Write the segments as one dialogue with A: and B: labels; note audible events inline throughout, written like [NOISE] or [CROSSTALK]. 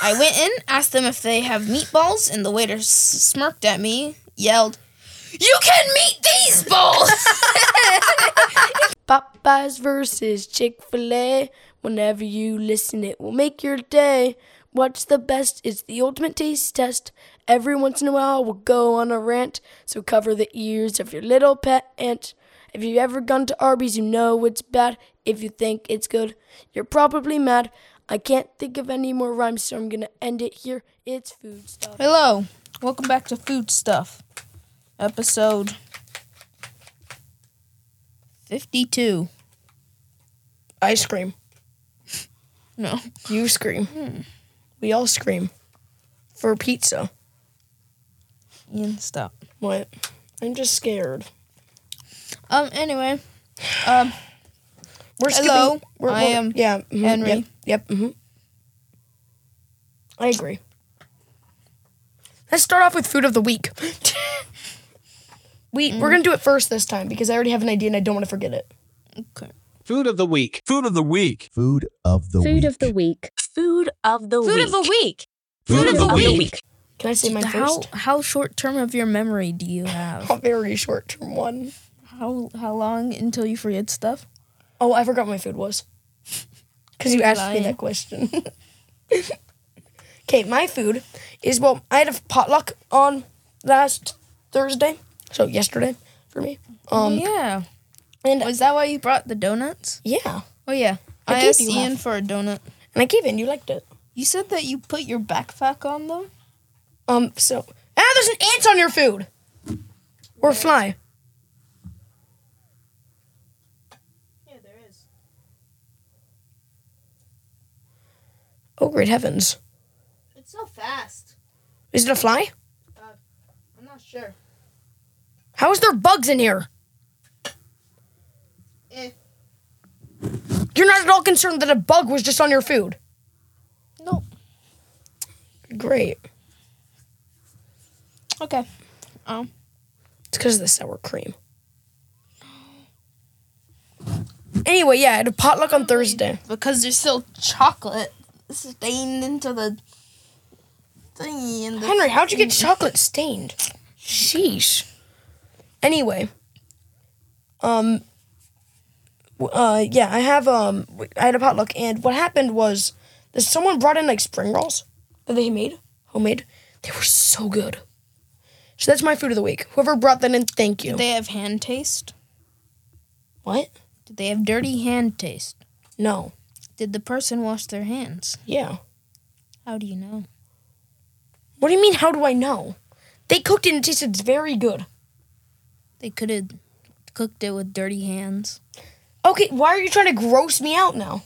A: I went in, asked them if they have meatballs, and the waiter s- smirked at me, yelled, You can meet these balls!
B: Popeyes versus Chick fil A. Whenever you listen, it will make your day. What's the best? It's the ultimate taste test. Every once in a while, we'll go on a rant. So cover the ears of your little pet ant. If you've ever gone to Arby's, you know it's bad. If you think it's good, you're probably mad. I can't think of any more rhymes, so I'm gonna end it here. It's food stuff.
A: [LAUGHS] Hello, welcome back to Food Stuff, episode 52.
C: I scream.
A: No.
C: You scream. We all scream. For pizza.
A: Ian, stop.
C: What? I'm just scared.
A: Um, anyway, um,
C: We're skipping.
A: Hello,
C: We're,
A: I
C: we're-
A: am
C: yeah, mhm,
A: Henry.
C: Yep. yep hmm I agree. Let's start off with food of the week. [GASPS] we we're gonna do it first this time because I already have an idea and I don't want to forget it.
A: okay.
D: Food of the week. Food of the week.
E: Food of the
F: Food
E: week.
F: of the week.
G: Food of the
H: Food
G: week.
H: of the week.
D: Food of the week.
C: Can I say mine
A: How,
C: first?
A: how short term of your memory do you have?
C: A [LAUGHS] very short term one.
A: How, how long until you forget stuff?
C: Oh, I forgot what my food was. [LAUGHS] Because you asked
A: lying.
C: me that question. [LAUGHS] Okay, my food is well, I had a potluck on last Thursday, so yesterday for me. Um,
A: yeah.
C: and
A: Was that why you brought the donuts?
C: yeah,
A: Oh yeah,
C: I
A: I,
C: gave
A: asked
C: you
A: Ian for a donut.
C: and I gave in. You liked it.
A: You said that you put your backpack on them.
C: Um, so ah, there's an ant on your food, or a fly. Oh great heavens!
A: It's so fast.
C: Is it a fly?
A: I'm not sure.
C: How is there bugs in here?
A: Eh.
C: You're not at all concerned that a bug was just on your food.
A: Nope.
C: Great.
A: Okay.
C: It's because of the sour cream. Anyway, yeah, I had a potluck on Thursday.
A: Because there's still chocolate stained into the thingy and the
C: Henry, how'd you get chocolate stained? Sheesh. Anyway, um, w- uh, yeah, I have um, w- I had a potluck, and what happened was that someone brought in like spring rolls that they made, homemade. They were so good. So that's my food of the week. Whoever brought that in, thank you.
A: Did they have hand taste?
C: what?
A: Did they have dirty hand taste?
C: No.
A: Did the person wash their hands?
C: Yeah.
A: How do you know?
C: What do you mean? How do I know? They cooked it and it tasted very good.
A: They could have cooked it with dirty hands.
C: Okay, why are you trying to gross me out now?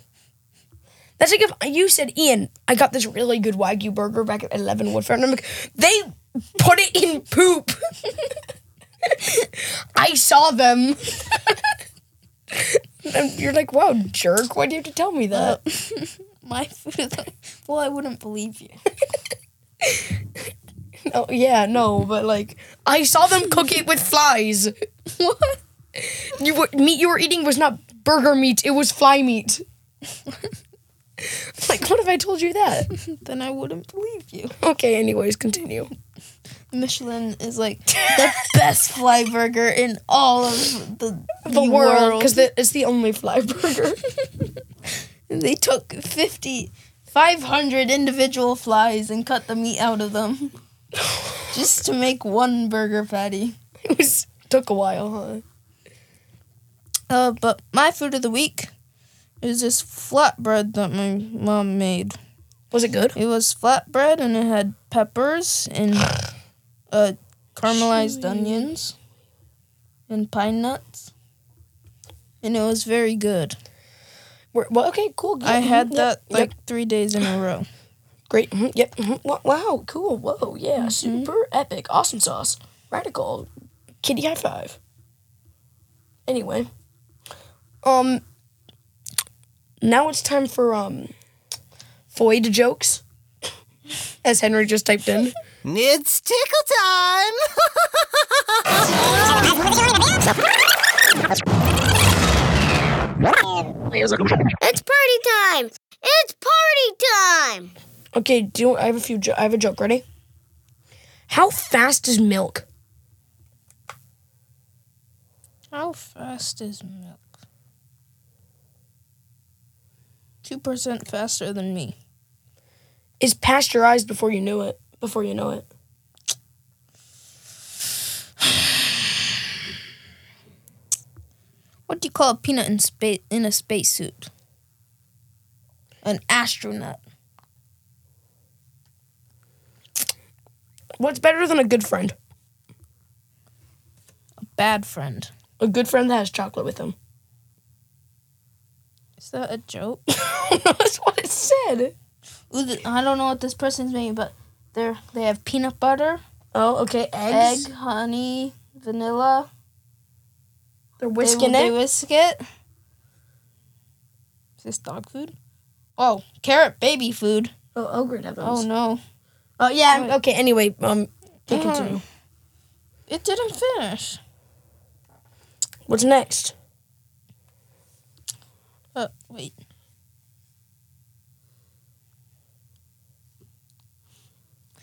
C: That's like if you said, Ian, I got this really good Wagyu burger back at 11 Woodford. And I'm like, they put it in poop. [LAUGHS] I saw them. [LAUGHS] and you're like, wow, jerk, why do you have to tell me that?
A: My food. Well, I wouldn't believe you.
C: Oh, yeah, no, but like, I saw them cook it with
A: [LAUGHS]
C: flies. what? You were, meat you were eating was not burger meat, it was
A: [LAUGHS]
C: fly meat. like, what if I told you that?
A: [LAUGHS] then I wouldn't believe you.
C: Okay, anyways, continue.
A: Michelin is [LAUGHS] like the best fly burger in all of the,
C: The world, because it's the only fly [LAUGHS] burger.
A: they took 50, 500 individual flies and cut the meat out of them just to make one burger patty.
C: it was took a while, huh?
A: Uh, but my food of the week is this flatbread that my mom made.
C: Was it good?
A: It was flatbread and it had peppers and uh, caramelized onions and pine nuts. And it was very good.
C: We're, well, okay, cool.
A: I
C: Mhm,
A: had
C: yep,
A: that
C: yep,
A: like three days in a row.
C: great. mhm, yep. mhm, wa- Wow. Cool. Whoa. Yeah. Super epic. Awesome sauce. Radical. Kitty high five. Anyway, um, now it's time for um, void jokes, as Henry just typed in.
I: It's tickle time! it's party time! It's party time!
C: Okay, do you, I have a few? Jo- I have a joke. Ready? How fast is milk?
A: How fast is milk? 2% faster than me.
C: Is pasteurized before you knew it? Before you know it.
A: What do you call a peanut in, spa- in a spacesuit? An astronaut.
C: What's better than a good friend?
A: A bad friend.
C: A good friend that has chocolate with them.
A: Is that a joke?
C: [LAUGHS] That's what it said.
A: [COUGHS] Ooh, th- I don't know what this person's making, but they're, they have peanut butter,
C: Oh, okay. Eggs.
A: egg, honey, vanilla.
C: They're
A: They-
C: whisking
A: they,
C: it.
A: whisk it. Is this dog food? Oh, carrot baby food.
C: oh, ogre devils.
A: Oh, no.
C: Oh yeah. Okay. Anyway, um, they continue.
A: It didn't finish.
C: What's next?
A: Uh, wait.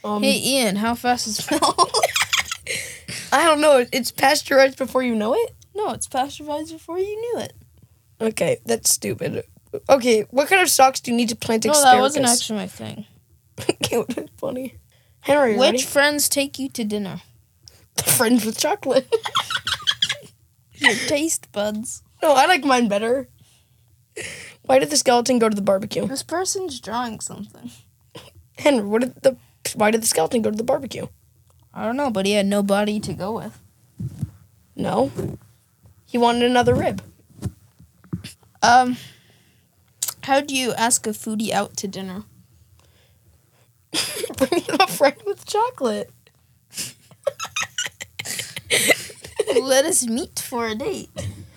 C: Um,
A: Hey, Ian, how fast is milk? [LAUGHS]
C: I don't know. It's pasteurized before you know it.
A: no, it's pasteurized before you knew it.
C: Okay, that's stupid. Okay, what kind of socks do you need to plant
A: No,
C: asparagus?
A: that
C: [LAUGHS]
A: wasn't actually my thing.
C: okay, what is funny. Henry,
A: Which
C: which ready?
A: friends take you to dinner?
C: [LAUGHS] friends with chocolate?
A: Your taste buds.
C: no, I like mine better. Why did the skeleton go to the barbecue?
A: This person's drawing something.
C: Henry, what did the? Why did the skeleton go to the barbecue?
A: I don't know, but he had no body to go with.
C: No, he wanted another rib.
A: Um, how do you ask a foodie out to dinner? [LAUGHS]
C: [LAUGHS] Bring him a friend with chocolate.
A: Let us meet for a date.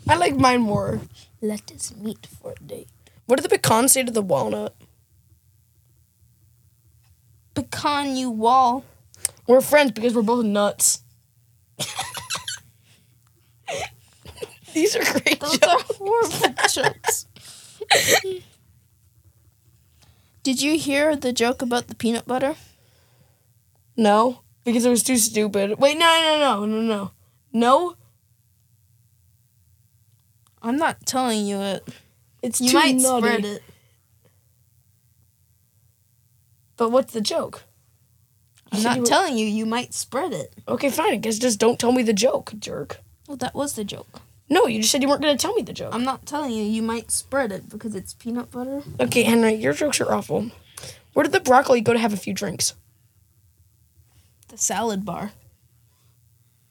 C: I like mine more.
A: Let us meet for a date.
C: What did the pecan say to the walnut?
A: Pecan, you wall.
C: We're friends because we're both nuts. [LAUGHS] These are great
A: Those
C: jokes.
A: are [LAUGHS] horrible jokes. Did you hear the joke about the peanut butter?
C: No, because it was too stupid. Wait, no, no, no, no, no, no.
A: I'm not telling you it.
C: It's
A: You
C: too
A: might
C: nutty.
A: spread it.
C: But what's the joke?
A: I'm
C: You
A: not
C: do it.
A: telling you. You might spread it.
C: Okay, fine. I guess just don't tell me the joke, jerk.
A: Well, that was the joke.
C: No, you just said you weren't gonna tell me the joke.
A: I'm not telling you. You might spread it because it's peanut butter.
C: okay, Henry, your jokes are awful. Where did the broccoli go to have a few drinks?
A: The salad bar.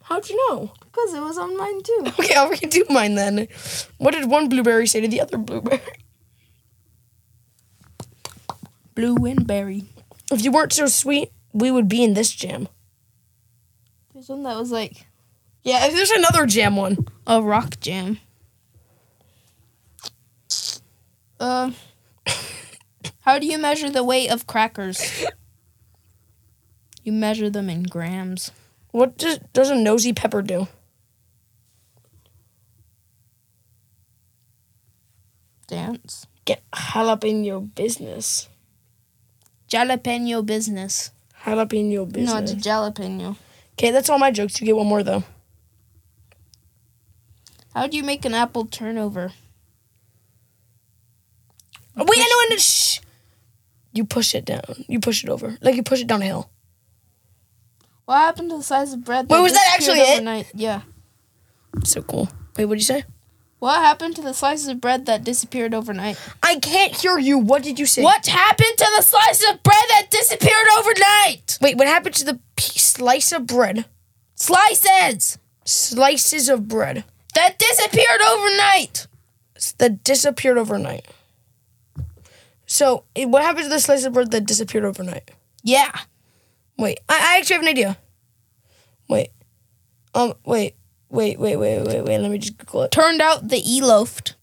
C: How'd you know?
A: Because it was on mine too.
C: [LAUGHS] Okay, I'll redo mine then. What did one blueberry say to the other blueberry?
A: Blue windberry.
C: If you weren't so sweet, we would be in this jam.
A: There's one that was like
C: Yeah, there's another jam one.
A: a rock jam. Uh, [COUGHS] how do you measure the weight of crackers? You measure them in grams.
C: What does, does a nosy pepper do?
A: Dance.
C: Get jalapeno business.
A: Jalapeno business.
C: Jalapeno business.
A: No, it's jalapeno.
C: Okay, that's all my jokes. You get one more though.
A: How do you make an apple turnover?
C: Oh, wait, I know. I know. Shh. You push it down. You push it over. Like you push it down a hill.
A: What happened to the size of bread?
C: Wait, was that
A: disappeared
C: actually it?
A: overnight? Yeah.
C: So cool. Wait, what'd you say?
A: What happened to the slices of bread that disappeared overnight?
C: I can't hear you. What did you say?
A: What happened to the slices of bread that disappeared overnight?
C: Wait, what happened to the piece, slice of bread?
A: Slices
C: Slices of bread
A: that disappeared overnight.
C: that disappeared overnight. So, eh, what happened to the slice of bread that disappeared overnight?
A: Yeah.
C: Wait, I, I actually have an idea. Wait. Um, wait. Wait, wait, wait, wait, wait. Let me just Google it.
A: Turned out the e loafed.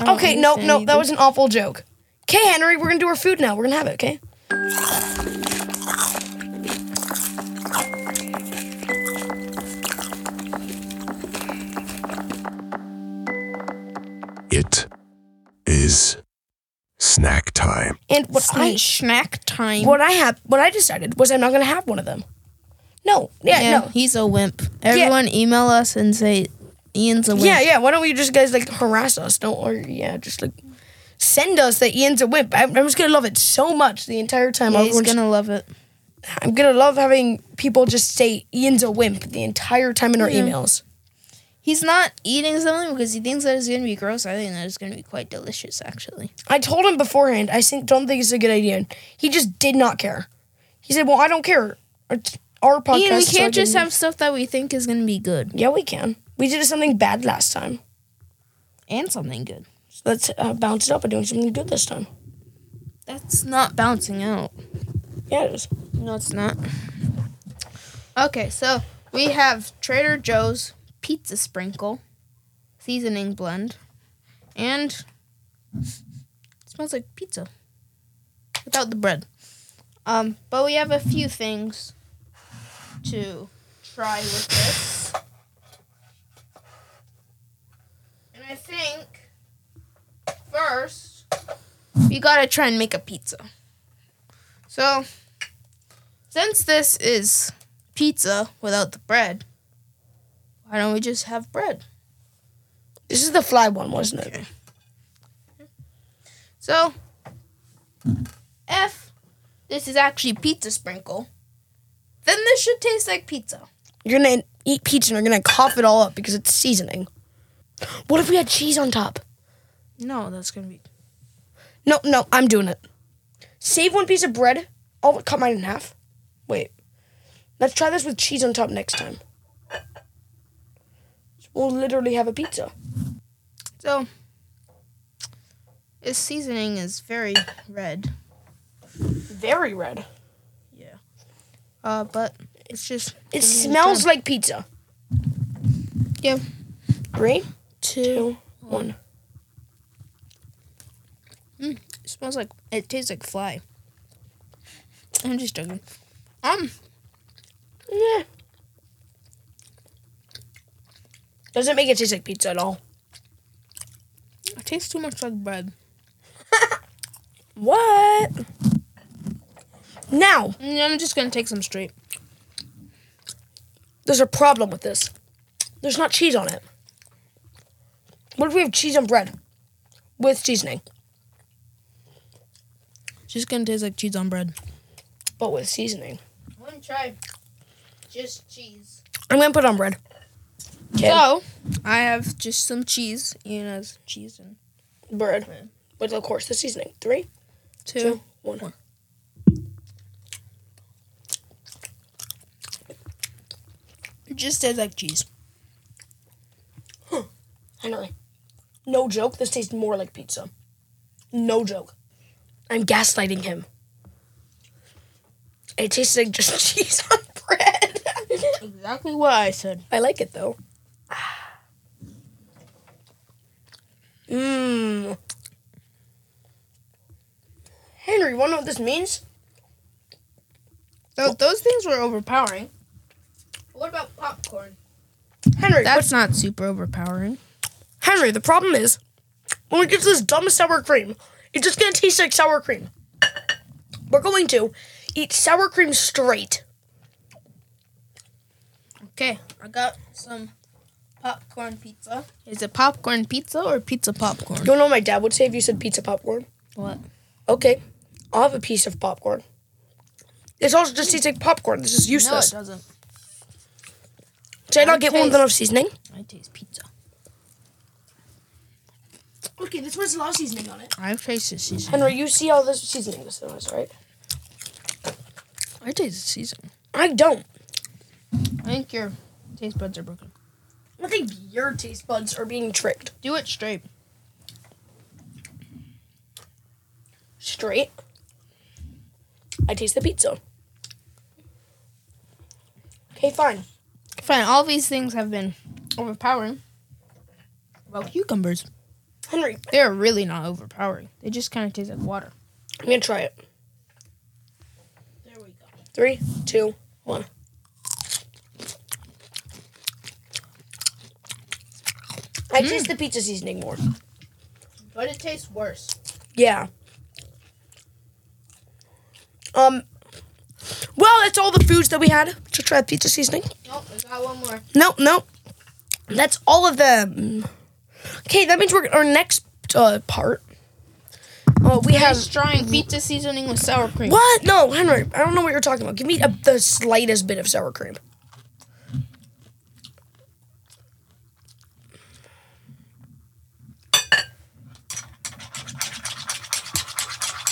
C: Okay, no, no, that was an awful joke. Okay, Henry, we're gonna do our food now. We're gonna have it, okay?
E: It is snack time.
C: And what I
A: Sna- snack time.
C: what I have what I decided was I'm not gonna have one of them. No, yeah,
A: yeah,
C: no,
A: he's a wimp. Everyone email us and say Ian's a wimp.
C: yeah, yeah. Why don't we just guys like harass us? Don't or yeah, just like send us that Ian's a wimp. I'm, I'm just gonna love it so much the entire time.
A: Yeah, he's
C: Everyone's-
A: gonna love it.
C: I'm gonna love having people just say Ian's a wimp the entire time in our emails.
A: He's not eating something because he thinks that it's gonna be gross. I think that it's gonna be quite delicious, actually.
C: I told him beforehand. I think, don't think it's a good idea. And he just did not care. He said, "Well, I don't care. It's our podcast."
A: Ian, we
C: so I
A: can't just
C: didn't-
A: have stuff that we think is gonna be good
C: [LAUGHS] Yeah, we can. We did something bad last time.
A: and something good.
C: So let's uh, bounce it up by doing something good this time.
A: That's not bouncing out.
C: Yeah, it is.
A: No, it's not. Okay, so we have Trader Joe's pizza sprinkle seasoning blend, and it smells like pizza without the bread. Um, but we have a few things to try with this, and I think first we gotta try and make a pizza. So since this is pizza without the bread, why don't we just have bread?
C: This is the fly one, wasn't it?
A: So, if this is actually pizza sprinkle, then this should taste like pizza.
C: You're gonna eat pizza and you're gonna cough it all up because it's seasoning. What if we had cheese on top?
A: No, that's gonna be.
C: No, no, I'm doing it. Save one piece of bread. I'll cut mine in half. Wait. Let's try this with cheese on top next time. We'll literally have a pizza.
A: So, this seasoning is very red,
C: Very red.
A: uh, but it's just.
C: It smells like pizza.
A: Yeah.
C: Three,
A: Two.
C: one.
A: Mm, It smells like. It tastes like fly. I'm just joking. Um,
C: Yeah. Doesn't make it taste like pizza at all.
A: it tastes too much like bread.
C: [LAUGHS] What? Now,
A: Mm, I'm just gonna take some straight.
C: there's a problem with this. There's not cheese on it. What if we have cheese on bread with seasoning,
A: It's just gonna taste like cheese on bread.
C: but with seasoning?
A: One try. Just cheese.
C: I'm gonna put it on bread. Okay.
A: So I have just some cheese. Ian has cheese and
C: bread with, of course, the seasoning. Three,
A: two.
C: two, one.
A: It just tastes like cheese.
C: I know. No joke. This tastes more like pizza. No joke. I'm gaslighting him. It tastes like just [LAUGHS] cheese on bread. [LAUGHS]
A: Exactly what I said.
C: I like it though. Mmm. Henry, wanna know what this means?
A: So those things were overpowering. What about popcorn?
C: Henry,
A: That's not super overpowering.
C: what- Henry, the problem is when we get to this dumb sour cream, it's just gonna taste like sour cream. We're going to eat sour cream straight.
A: Okay, I got some popcorn pizza. Is it popcorn pizza or pizza popcorn?
C: You don't know what my dad would say if you said pizza popcorn?
A: What?
C: Okay, I'll have a piece of popcorn. This also just tastes like popcorn. This is
A: No, it
C: useless.
A: doesn't.
C: Did I not get one with
A: taste.
C: enough seasoning?
A: I taste pizza.
C: Okay, this one's a lot of seasoning on it.
A: I've tasted season.
C: Henry, you see all this seasoning this is, right?
A: I tasted season.
C: I don't.
A: I think your taste buds are broken.
C: I think your taste buds are being tricked.
A: Do it straight.
C: Straight. I taste the pizza. Okay, fine.
A: Fine, all these things have been overpowering. Well, cucumbers.
C: Henry,
A: They're really not overpowering. They just kind of taste like water.
C: I'm gonna try it.
A: There we go.
C: Three, two, one. I taste the pizza seasoning more.
A: But it tastes worse.
C: Yeah. Um. Well, that's all the foods that we had to try pizza seasoning.
A: Nope, I got one more.
C: No, no. That's all of them. Okay, that means we're our next uh, part. Uh, we have
A: Just trying pizza seasoning with sour cream.
C: what? No, Henry. I don't know what you're talking about. Give me a, the slightest bit of sour cream.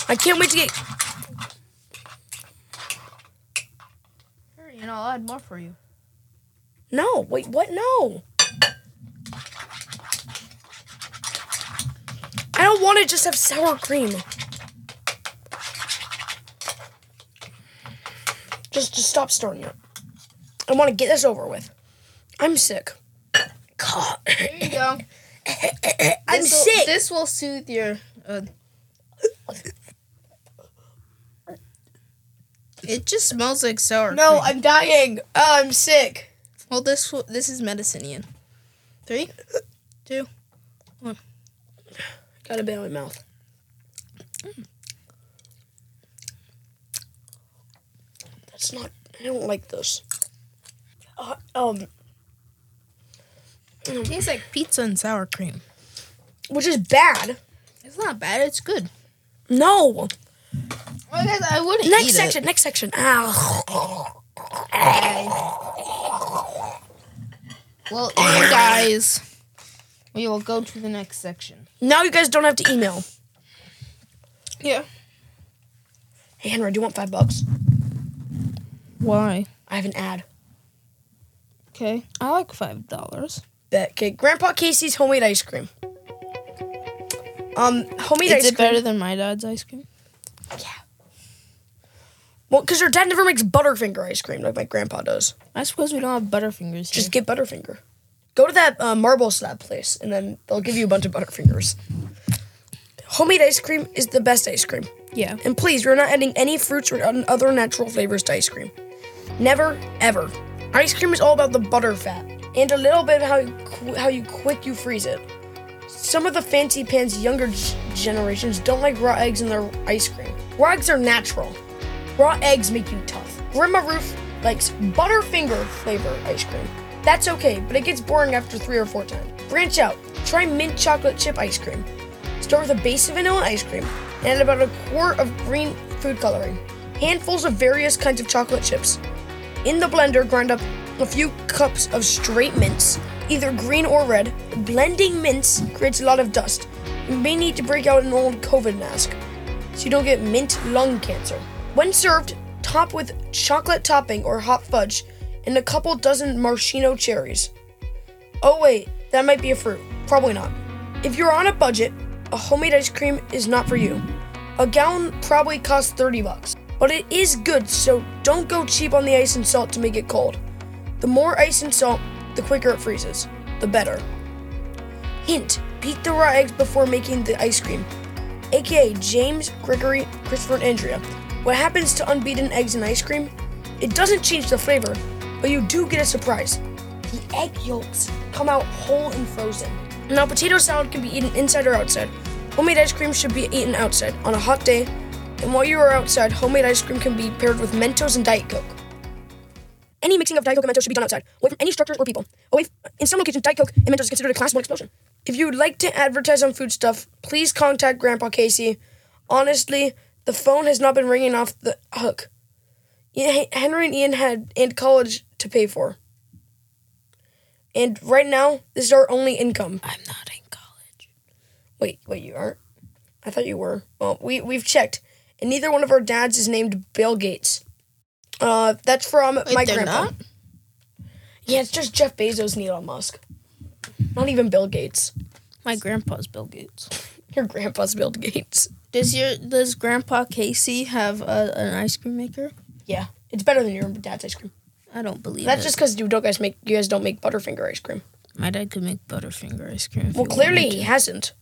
C: I can't wait to get.
A: Hurry, and I'll add more for you.
C: No, wait, what? No. I don't want to just have sour cream. Just, just stop stirring it. I want to get this over with. I'm sick. God,
A: There you go.
C: [LAUGHS] I'm
A: This'll-
C: sick.
A: This will soothe your. Uh, it just smells like sour. cream.
C: I'm dying. Oh, I'm sick.
A: Well, this w- this is medicine, Ian. Three.
C: Got a bit in my mouth. Mm. That's not. I don't like this. Uh, um,
A: Tastes like pizza and sour cream.
C: which is bad.
A: It's not bad. It's good.
C: No.
A: Well, guys, I wouldn't
C: Next
A: eat
C: section. Next section. Ow.
A: it. Well, you guys, we will go to the next section.
C: Now you guys don't have to email.
A: Yeah.
C: Hey Henry, do you want five bucks?
A: Why?
C: I have an ad.
A: Okay. I like five dollars.
C: Bet. Okay. Grandpa Casey's homemade ice cream. Um, homemade
A: Is
C: ice
A: it
C: cream.
A: better than my dad's ice cream?
C: Well, because your dad never makes Butterfinger ice cream like my grandpa does.
A: I suppose we don't have Butterfingers here.
C: Just get Butterfinger. Go to that uh, marble slab place, and then they'll give you a bunch of Butterfingers. Homemade ice cream is the best ice cream.
A: yeah.
C: And please, we're not adding any fruits or un- other natural flavors to ice cream. Never, ever. Ice cream is all about the butter fat and a little bit of how you qu- how you quick you freeze it. Some of the fancy pants younger g- generations don't like raw eggs in their ice cream. Raw eggs are natural. Raw eggs make you tough. Grandma Ruth likes Butterfinger flavor ice cream. That's okay, but it gets boring after three or four times. Branch out. Try mint chocolate chip ice cream. Start with a base of vanilla ice cream and add about a quart of green food coloring, handfuls of various kinds of chocolate chips. In the blender, grind up a few cups of straight mints, either green or red. Blending mints creates a lot of dust. You may need to break out an old COVID mask so you don't get mint lung cancer. When served, top with chocolate topping or hot fudge and a couple dozen maraschino cherries. Oh, wait, that might be a fruit. Probably not. If you're on a budget, a homemade ice cream is not for you. A gallon probably costs 30 bucks, but it is good, so don't go cheap on the ice and salt to make it cold. The more ice and salt, the quicker it freezes, the better. Hint beat the raw eggs before making the ice cream, aka James, Gregory, Christopher, and Andrea. What happens to unbeaten eggs in ice cream? It doesn't change the flavor, but you do get a surprise. The egg yolks come out whole and frozen. Now, potato salad can be eaten inside or outside. Homemade ice cream should be eaten outside on a hot day, and while you are outside, homemade ice cream can be paired with Mentos and Diet Coke. Any mixing of Diet Coke and Mentos should be done outside, away from any structures or people. Away f- in some locations, Diet Coke and Mentos is considered a class one explosion. If you would like to advertise on food stuff, please contact Grandpa Casey. Honestly, the phone has not been ringing off the hook. Ian- Henry and Ian had and college to pay for, and right now this is our only income.
A: I'm not in college.
C: Wait, wait, you aren't? I thought you were. Well, we we've checked, and neither one of our dads is named Bill Gates. Uh, that's from my
A: they're
C: grandpa.
A: not?
C: Yeah, it's just Jeff Bezos and Elon Musk. Not even Bill Gates.
A: My grandpa's Bill Gates.
C: Your grandpa's Bill Gates.
A: Does your does Grandpa Casey have a, an ice cream maker?
C: Yeah, it's better than your dad's ice cream.
A: I don't believe
C: That's
A: it.
C: just because you don't guys make you guys don't make Butterfinger ice cream.
A: my dad could make Butterfinger ice cream. if
C: Well,
A: he
C: clearly
A: wanted
C: he
A: to.
C: hasn't.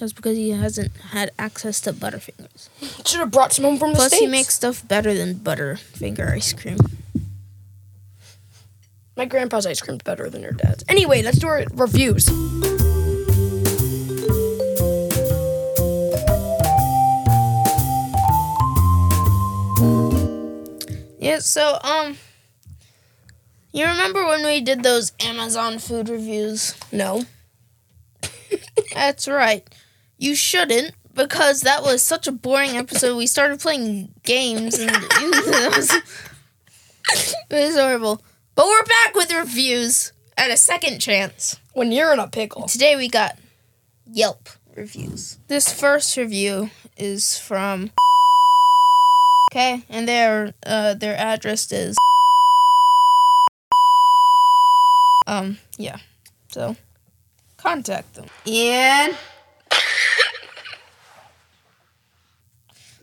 A: that's because he hasn't had access to Butterfingers.
C: Should have brought some home from the
A: Plus,
C: states.
A: he makes stuff better than Butterfinger ice cream.
C: my grandpa's ice cream's better than your dad's. Anyway, let's do our reviews.
A: Yeah, so um you remember when we did those Amazon food reviews?
C: No.
A: That's right. You shouldn't because that was such a boring episode. We started playing games and [LAUGHS] it was, it was horrible. But we're back with reviews at a second chance.
C: When you're in a pickle.
A: Today we got Yelp reviews. This first review is from Okay, and their uh, their address is um yeah. So contact them. Ian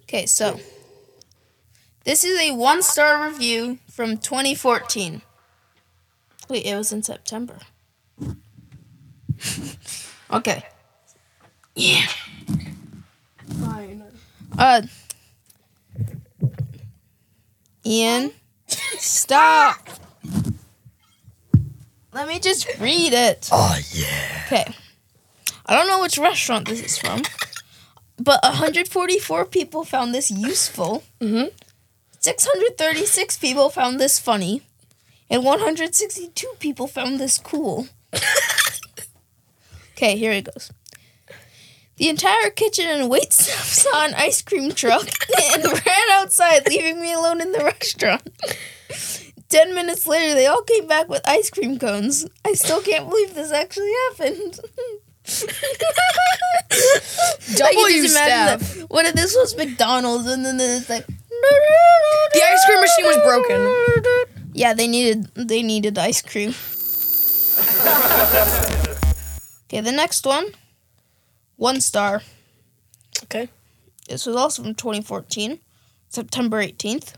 A: Okay, so this is a one-star review from 2014. Wait, it was in September. Okay. Yeah. Uh. Ian, stop. Let me just read it. Oh yeah. Okay. I don't know which restaurant this is from, but 144 people found this useful.
C: Mhm.
A: 636 people found this funny, and 162 people found this cool. [LAUGHS] Okay, here it goes. The entire kitchen and wait staff saw an ice cream truck [LAUGHS] and ran outside, leaving me alone in the restaurant. Ten minutes later, they all came back with ice cream cones. I still can't believe this actually happened. [LAUGHS] I
C: Double
A: can
C: you
A: just imagine that. What if this was McDonald's and then it's like the
C: The ice cream machine was broken.
A: yeah, they needed they needed ice
C: [LAUGHS]
A: cream. okay, the next one, one star.
C: Okay.
A: This was also from 2014, September 18th.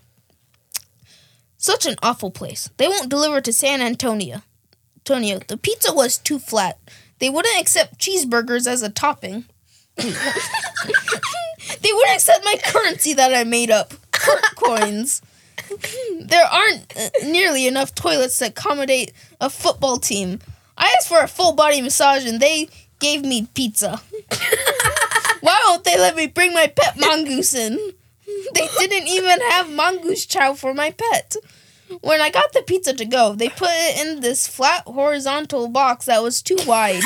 A: Such an awful place. They won't deliver to San Antonio. Antonio, the pizza was too flat. They wouldn't accept cheeseburgers as a topping. [LAUGHS] they wouldn't accept my currency that I made up, Curt coins. There aren't uh, nearly enough toilets to accommodate a football team. I asked for a full body massage and they gave me pizza. Why won't they let me bring my pet mongoose in? [LAUGHS] They didn't even have mongoose chow for my pet. When I got the pizza to go, they put it in this flat horizontal box that was too wide.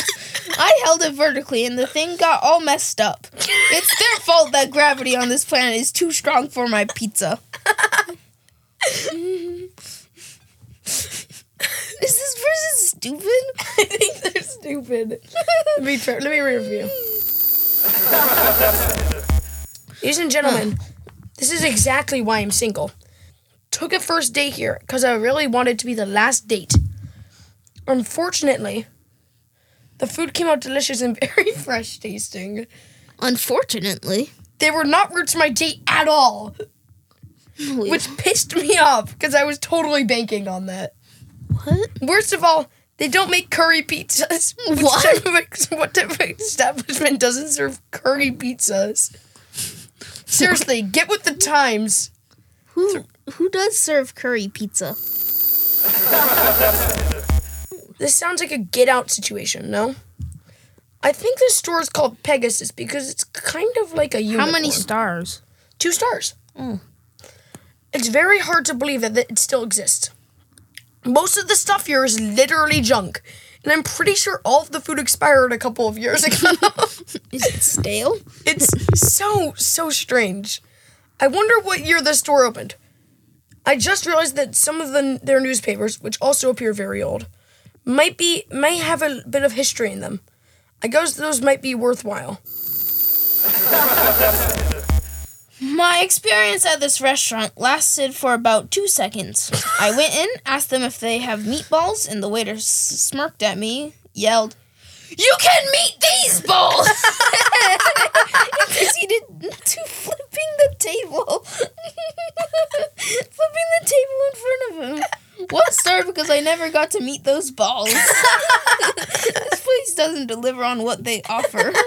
A: I held it vertically and the thing got all messed up. It's their fault that gravity on this planet is too strong for my pizza. [LAUGHS] is this person stupid? I think they're
C: Stupid. let me try, let me review. [LAUGHS] Ladies and gentlemen, this is exactly why I'm single. Took a first date here because I really wanted to be the last date. Unfortunately, the food came out delicious and [LAUGHS] very fresh tasting.
A: [LAUGHS] Unfortunately.
C: They were not rude to my date at all, which pissed me off because I was totally banking on that.
A: What?
C: Worst of all, they don't make curry pizzas. [LAUGHS] Which
A: What?
C: Type of, what type of establishment doesn't serve curry pizzas? Seriously, get with the times.
A: Who who does serve curry pizza?
C: This sounds like a get out situation, no? I think this store is called Pegasus because it's kind of like a unicorn.
A: How many stars?
C: Two stars. It's very hard to believe that it still exists. Most of the stuff here is literally junk, and I'm pretty sure all of the food expired a couple of years ago.
A: [LAUGHS] Is it stale?
C: it's so so strange. I wonder what year this store opened. I just realized that some of the, their newspapers, which also appear very old, might be may have a bit of history in them. I guess those might be worthwhile.
A: My experience at this restaurant lasted for about two seconds. I went in, asked them if they have meatballs, and the waiter s- smirked at me, yelled, You can meet these balls! [LAUGHS] Because he did to flipping the table. [LAUGHS] flipping the table in front of him. What star because I never got to meet those balls. [LAUGHS] this place doesn't deliver on what they offer. [LAUGHS]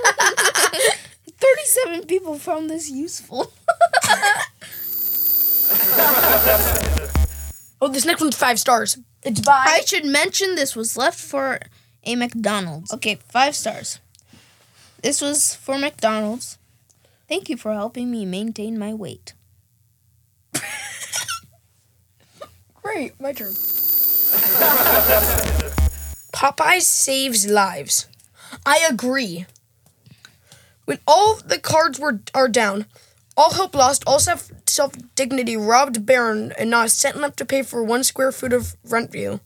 A: 37 people found this useful.
C: Oh, this next one's five stars. It's by
A: I should mention this was left for a McDonald's. Okay, five stars. This was for McDonald's. Thank you for helping me maintain my weight.
C: Sorry, my turn. [LAUGHS] Popeye saves lives. I agree. When all the cards were are down, all hope lost, all self self dignity robbed barren, and not a cent left to pay for one square foot of rent view.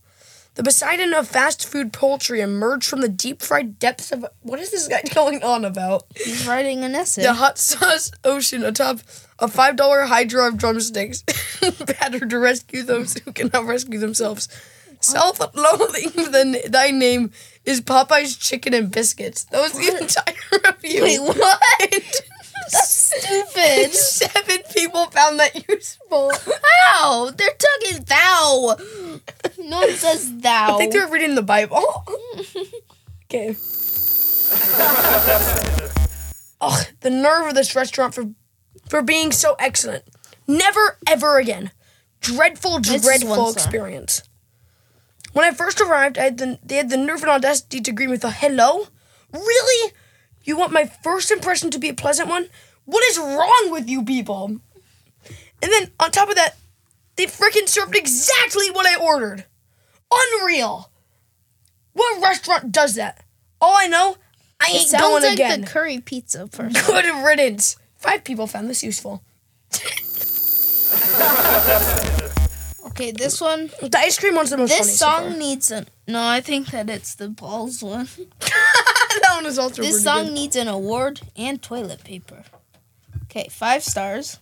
C: The Poseidon of fast food poultry emerged from the deep fried depths of what is this guy [LAUGHS] going on about?
A: He's writing an essay.
C: The hot sauce [LAUGHS] ocean atop a five dollar hydra of [LAUGHS] drumsticks, battered to rescue those who cannot rescue themselves. Self-loathing for the, n- thy name is Popeye's chicken and biscuits. That was the entire review. Wait, what?
A: [LAUGHS] Stupid.
C: [LAUGHS] Seven people found that useful.
A: How? They're talking thou. No one says thou.
C: I think they're reading the Bible. [LAUGHS] okay. Ugh, the nerve of this restaurant for for being so excellent. Never ever again. Dreadful,
A: This is
C: dreadful
A: one star.
C: experience. When I first arrived, I had the, they had the nerve and audacity to greet me with a hello. Really? You want my first impression to be a pleasant one? What is wrong with you people? And then on top of that, they freaking served exactly what I ordered. Unreal. What restaurant does that? All I know, [LAUGHS] I
A: it
C: ain't
A: sounds
C: going
A: like
C: again.
A: the curry pizza person. [LAUGHS]
C: Good riddance. Five people found this useful.
A: Okay, this one.
C: The ice cream one's the most funny
A: This
C: so
A: song
C: far.
A: needs an. No, I think that it's the balls one.
C: that one is also
A: This
C: really
A: song
C: good.
A: needs an award and toilet paper. Okay, five stars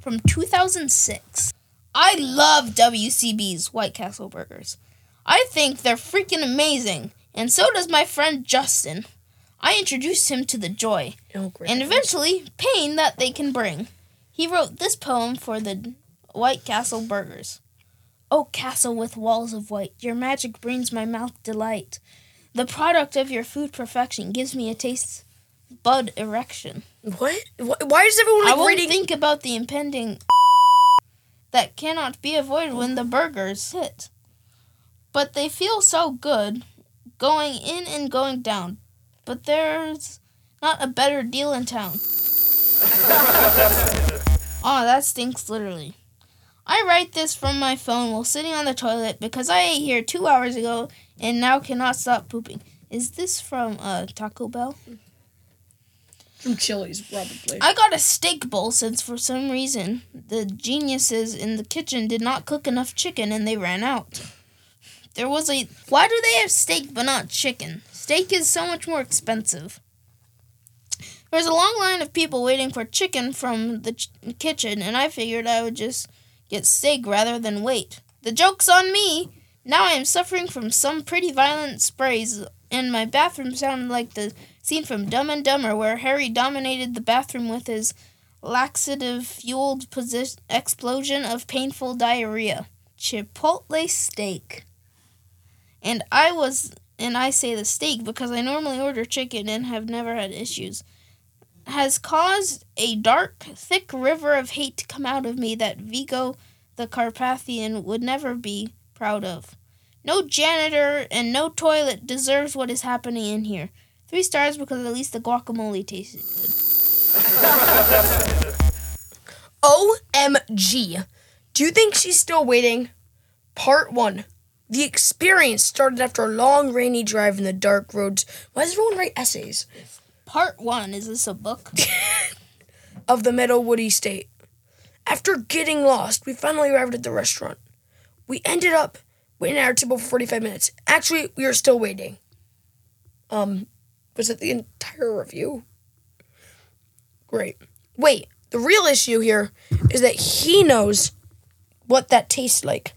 A: from 2006. I love WCB's White Castle Burgers. I think they're freaking amazing, and so does my friend Justin. I introduced him to the joy
C: Oh, great.
A: and eventually pain that they can bring. He wrote this poem for the White Castle burgers. O castle with walls of white, your magic brings my mouth delight. The product of your food perfection gives me a taste bud erection.
C: what? Wh- Why is everyone
A: I
C: like
A: won't
C: reading?
A: think about the impending that cannot be avoided when the burgers hit. But they feel so good going in and going down. But there's not a better deal in town. Aw, that stinks literally. I write this from my phone while sitting on the toilet because I ate here two hours ago and now cannot stop pooping. Is this from uh, Taco Bell?
C: From Chili's, probably.
A: I got a steak bowl since for some reason the geniuses in the kitchen did not cook enough chicken and they ran out. There was a why do they have steak but not chicken? Steak is so much more expensive. There was a long line of people waiting for chicken from the ch- kitchen, and I figured I would just get steak rather than wait. The joke's on me! Now I am suffering from some pretty violent sprays, and my bathroom sounded like the scene from Dumb and Dumber where Harry dominated the bathroom with his laxative fueled posi- explosion of painful diarrhea. Chipotle steak. And I was and I say the steak because I normally order chicken and have never had issues. Has caused a dark, thick river of hate to come out of me that Vigo the Carpathian would never be proud of. No janitor and no toilet deserves what is happening in here. Three stars because at least the guacamole tasted good.
C: OMG. Do you think she's still waiting? Part one. The experience started after a long rainy drive in the dark roads. Why does everyone write essays?
A: Part one is this a [LAUGHS] book?
C: of the Meadow Woody State. After getting lost, we finally arrived at the restaurant. We ended up waiting at our table for 45 minutes. Actually, we were still waiting. Um, was it the entire review? Great. Wait, the real issue here is that he knows what that tastes like.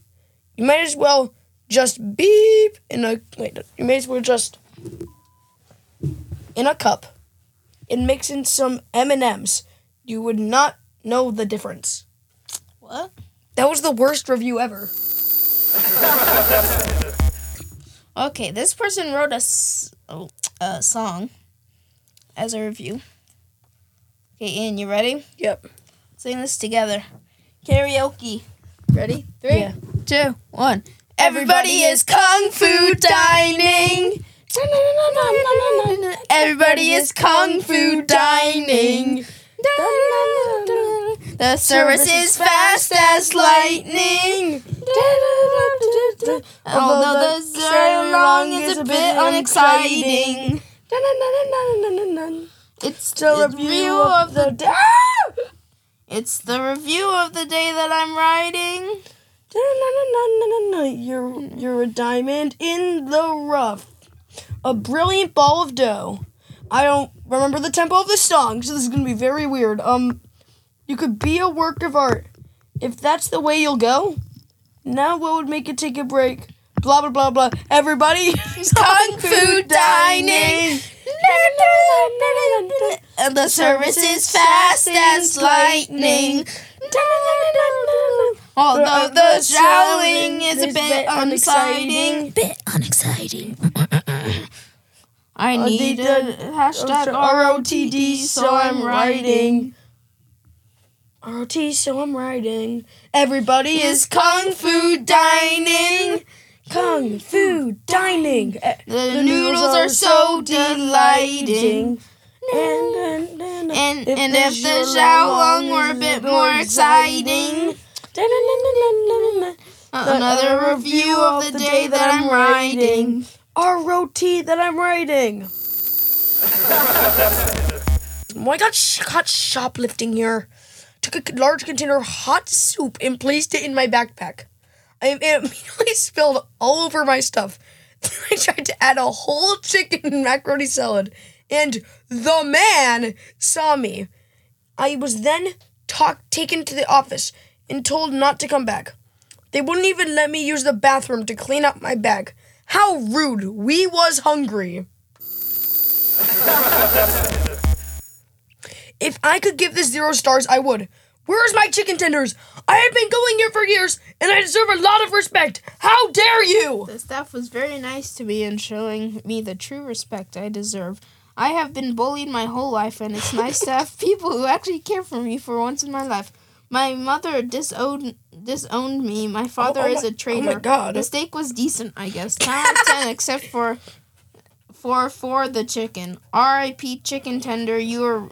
C: You might as well just beep in a wait. You may as well just in a cup and mix in some M and M's. You would not know the difference.
A: what?
C: That was the worst review ever.
A: Okay, this person wrote a, s- oh, a song as a review. Okay, Ian, you ready?
C: Yep.
A: Sing this together. Karaoke. Ready? Three, two, one.
C: Yeah.
A: Everybody is kung fu dining. Everybody is kung fu dining. The service is fast as lightning. Although the journey along is a bit unexciting. It's
C: Still a
A: the
C: view of the Ah!
A: It's the review of the day that I'm writing.
C: Da-na-na-na-na-na-na. You're you're a diamond in the rough, a brilliant ball of dough. I don't remember the tempo of this song, so this is gonna be very weird. Um, you could be a work of art if that's the way you'll go. Now, what would make you take a break? Blah blah blah blah.
A: [LAUGHS]
C: Everybody, [LAUGHS]
A: Kung Fu dining. And the service is fast as lightning. Although the shouting is a bit unexciting.
C: Bit
A: I need a hashtag ROTD, so I'm writing.
C: ROT, so I'm writing. Everybody is
A: Is Kung Fu dining.
C: kung fu dining. Eh,
A: The noodles are so delighting.
C: And, and, and,
A: And, and if the Xiaolong were a bit more exciting, Uh, another review of the day that I'm writing.
C: ROT that I'm writing.
A: Oh
C: Why got sh- caught shoplifting here? Took a c- large container of hot soup and placed it in my backpack. I it immediately [LAUGHS] spilled all over my stuff. [LAUGHS] Then I tried to add a whole chicken [LAUGHS] and macaroni salad, and the man saw me. I was then talk- taken to the office and told not to come back. They wouldn't even let me use the bathroom to clean up my bag. How rude. We was hungry. if I could give this zero stars, I would. Where's my chicken tenders? I have been going here for years and I deserve a lot of respect. How dare you?
A: The staff was very nice to me in showing me the true respect I deserve. I have been bullied my whole life, and it's nice to
C: [LAUGHS]
A: have people who actually care for me for once in my life. My mother disowned disowned me. My father
C: oh
A: is
C: my-
A: a traitor.
C: oh my God.
A: The steak was decent, I guess. Ten out of
C: [LAUGHS]
A: ten, except for for for the chicken. R.I.P. Chicken Tender. You were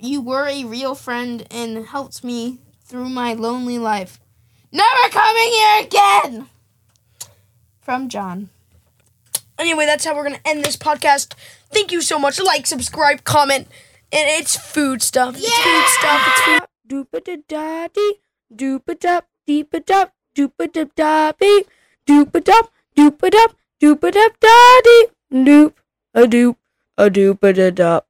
A: you were a real friend and helped me through my lonely life. Never coming here again. From John.
C: Anyway, that's how we're going to end this podcast. Thank you so much. Like, subscribe, comment. And it's food stuff. It's food stuff. It's food
B: Doopa da da dee, doopa dup, deepa dup, doopa da da bee, doopa dup, doopa dup, doopa dup da dee, doop, a doop, a doopa da dup.